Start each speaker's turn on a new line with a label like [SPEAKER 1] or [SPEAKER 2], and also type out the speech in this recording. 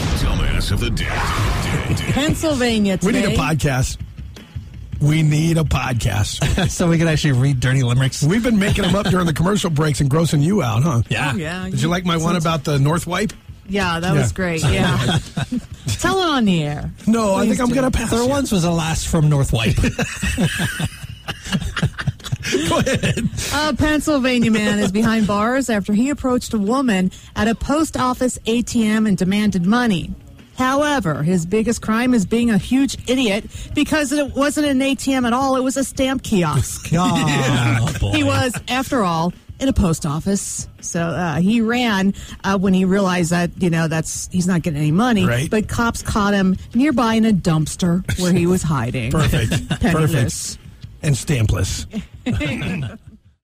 [SPEAKER 1] news of the day.
[SPEAKER 2] Pennsylvania
[SPEAKER 3] We
[SPEAKER 2] today.
[SPEAKER 3] need a podcast. We need a podcast.
[SPEAKER 4] so we can actually read dirty limericks.
[SPEAKER 3] We've been making them up during the commercial breaks and grossing you out, huh?
[SPEAKER 4] yeah.
[SPEAKER 2] Oh, yeah.
[SPEAKER 3] Did you like my one about the North Wipe?
[SPEAKER 2] Yeah, that
[SPEAKER 3] Yeah.
[SPEAKER 2] was great. Yeah. Tell it on the air.
[SPEAKER 3] No, I
[SPEAKER 2] Please
[SPEAKER 3] think I'm
[SPEAKER 2] do.
[SPEAKER 3] going to pass.
[SPEAKER 4] There
[SPEAKER 3] you.
[SPEAKER 4] once was a last from North White.
[SPEAKER 3] Go ahead.
[SPEAKER 2] A Pennsylvania man is behind bars after he approached a woman at a post office ATM and demanded money. However, his biggest crime is being a huge idiot because it wasn't an ATM at all, it was a stamp kiosk.
[SPEAKER 4] Oh, boy.
[SPEAKER 2] He was, after all, in a post office. So uh, he ran uh, when he realized that you know that's he's not getting any money.
[SPEAKER 3] Right.
[SPEAKER 2] But cops caught him nearby in a dumpster where he was hiding.
[SPEAKER 3] Perfect.
[SPEAKER 2] Penniless.
[SPEAKER 3] Perfect. And stampless.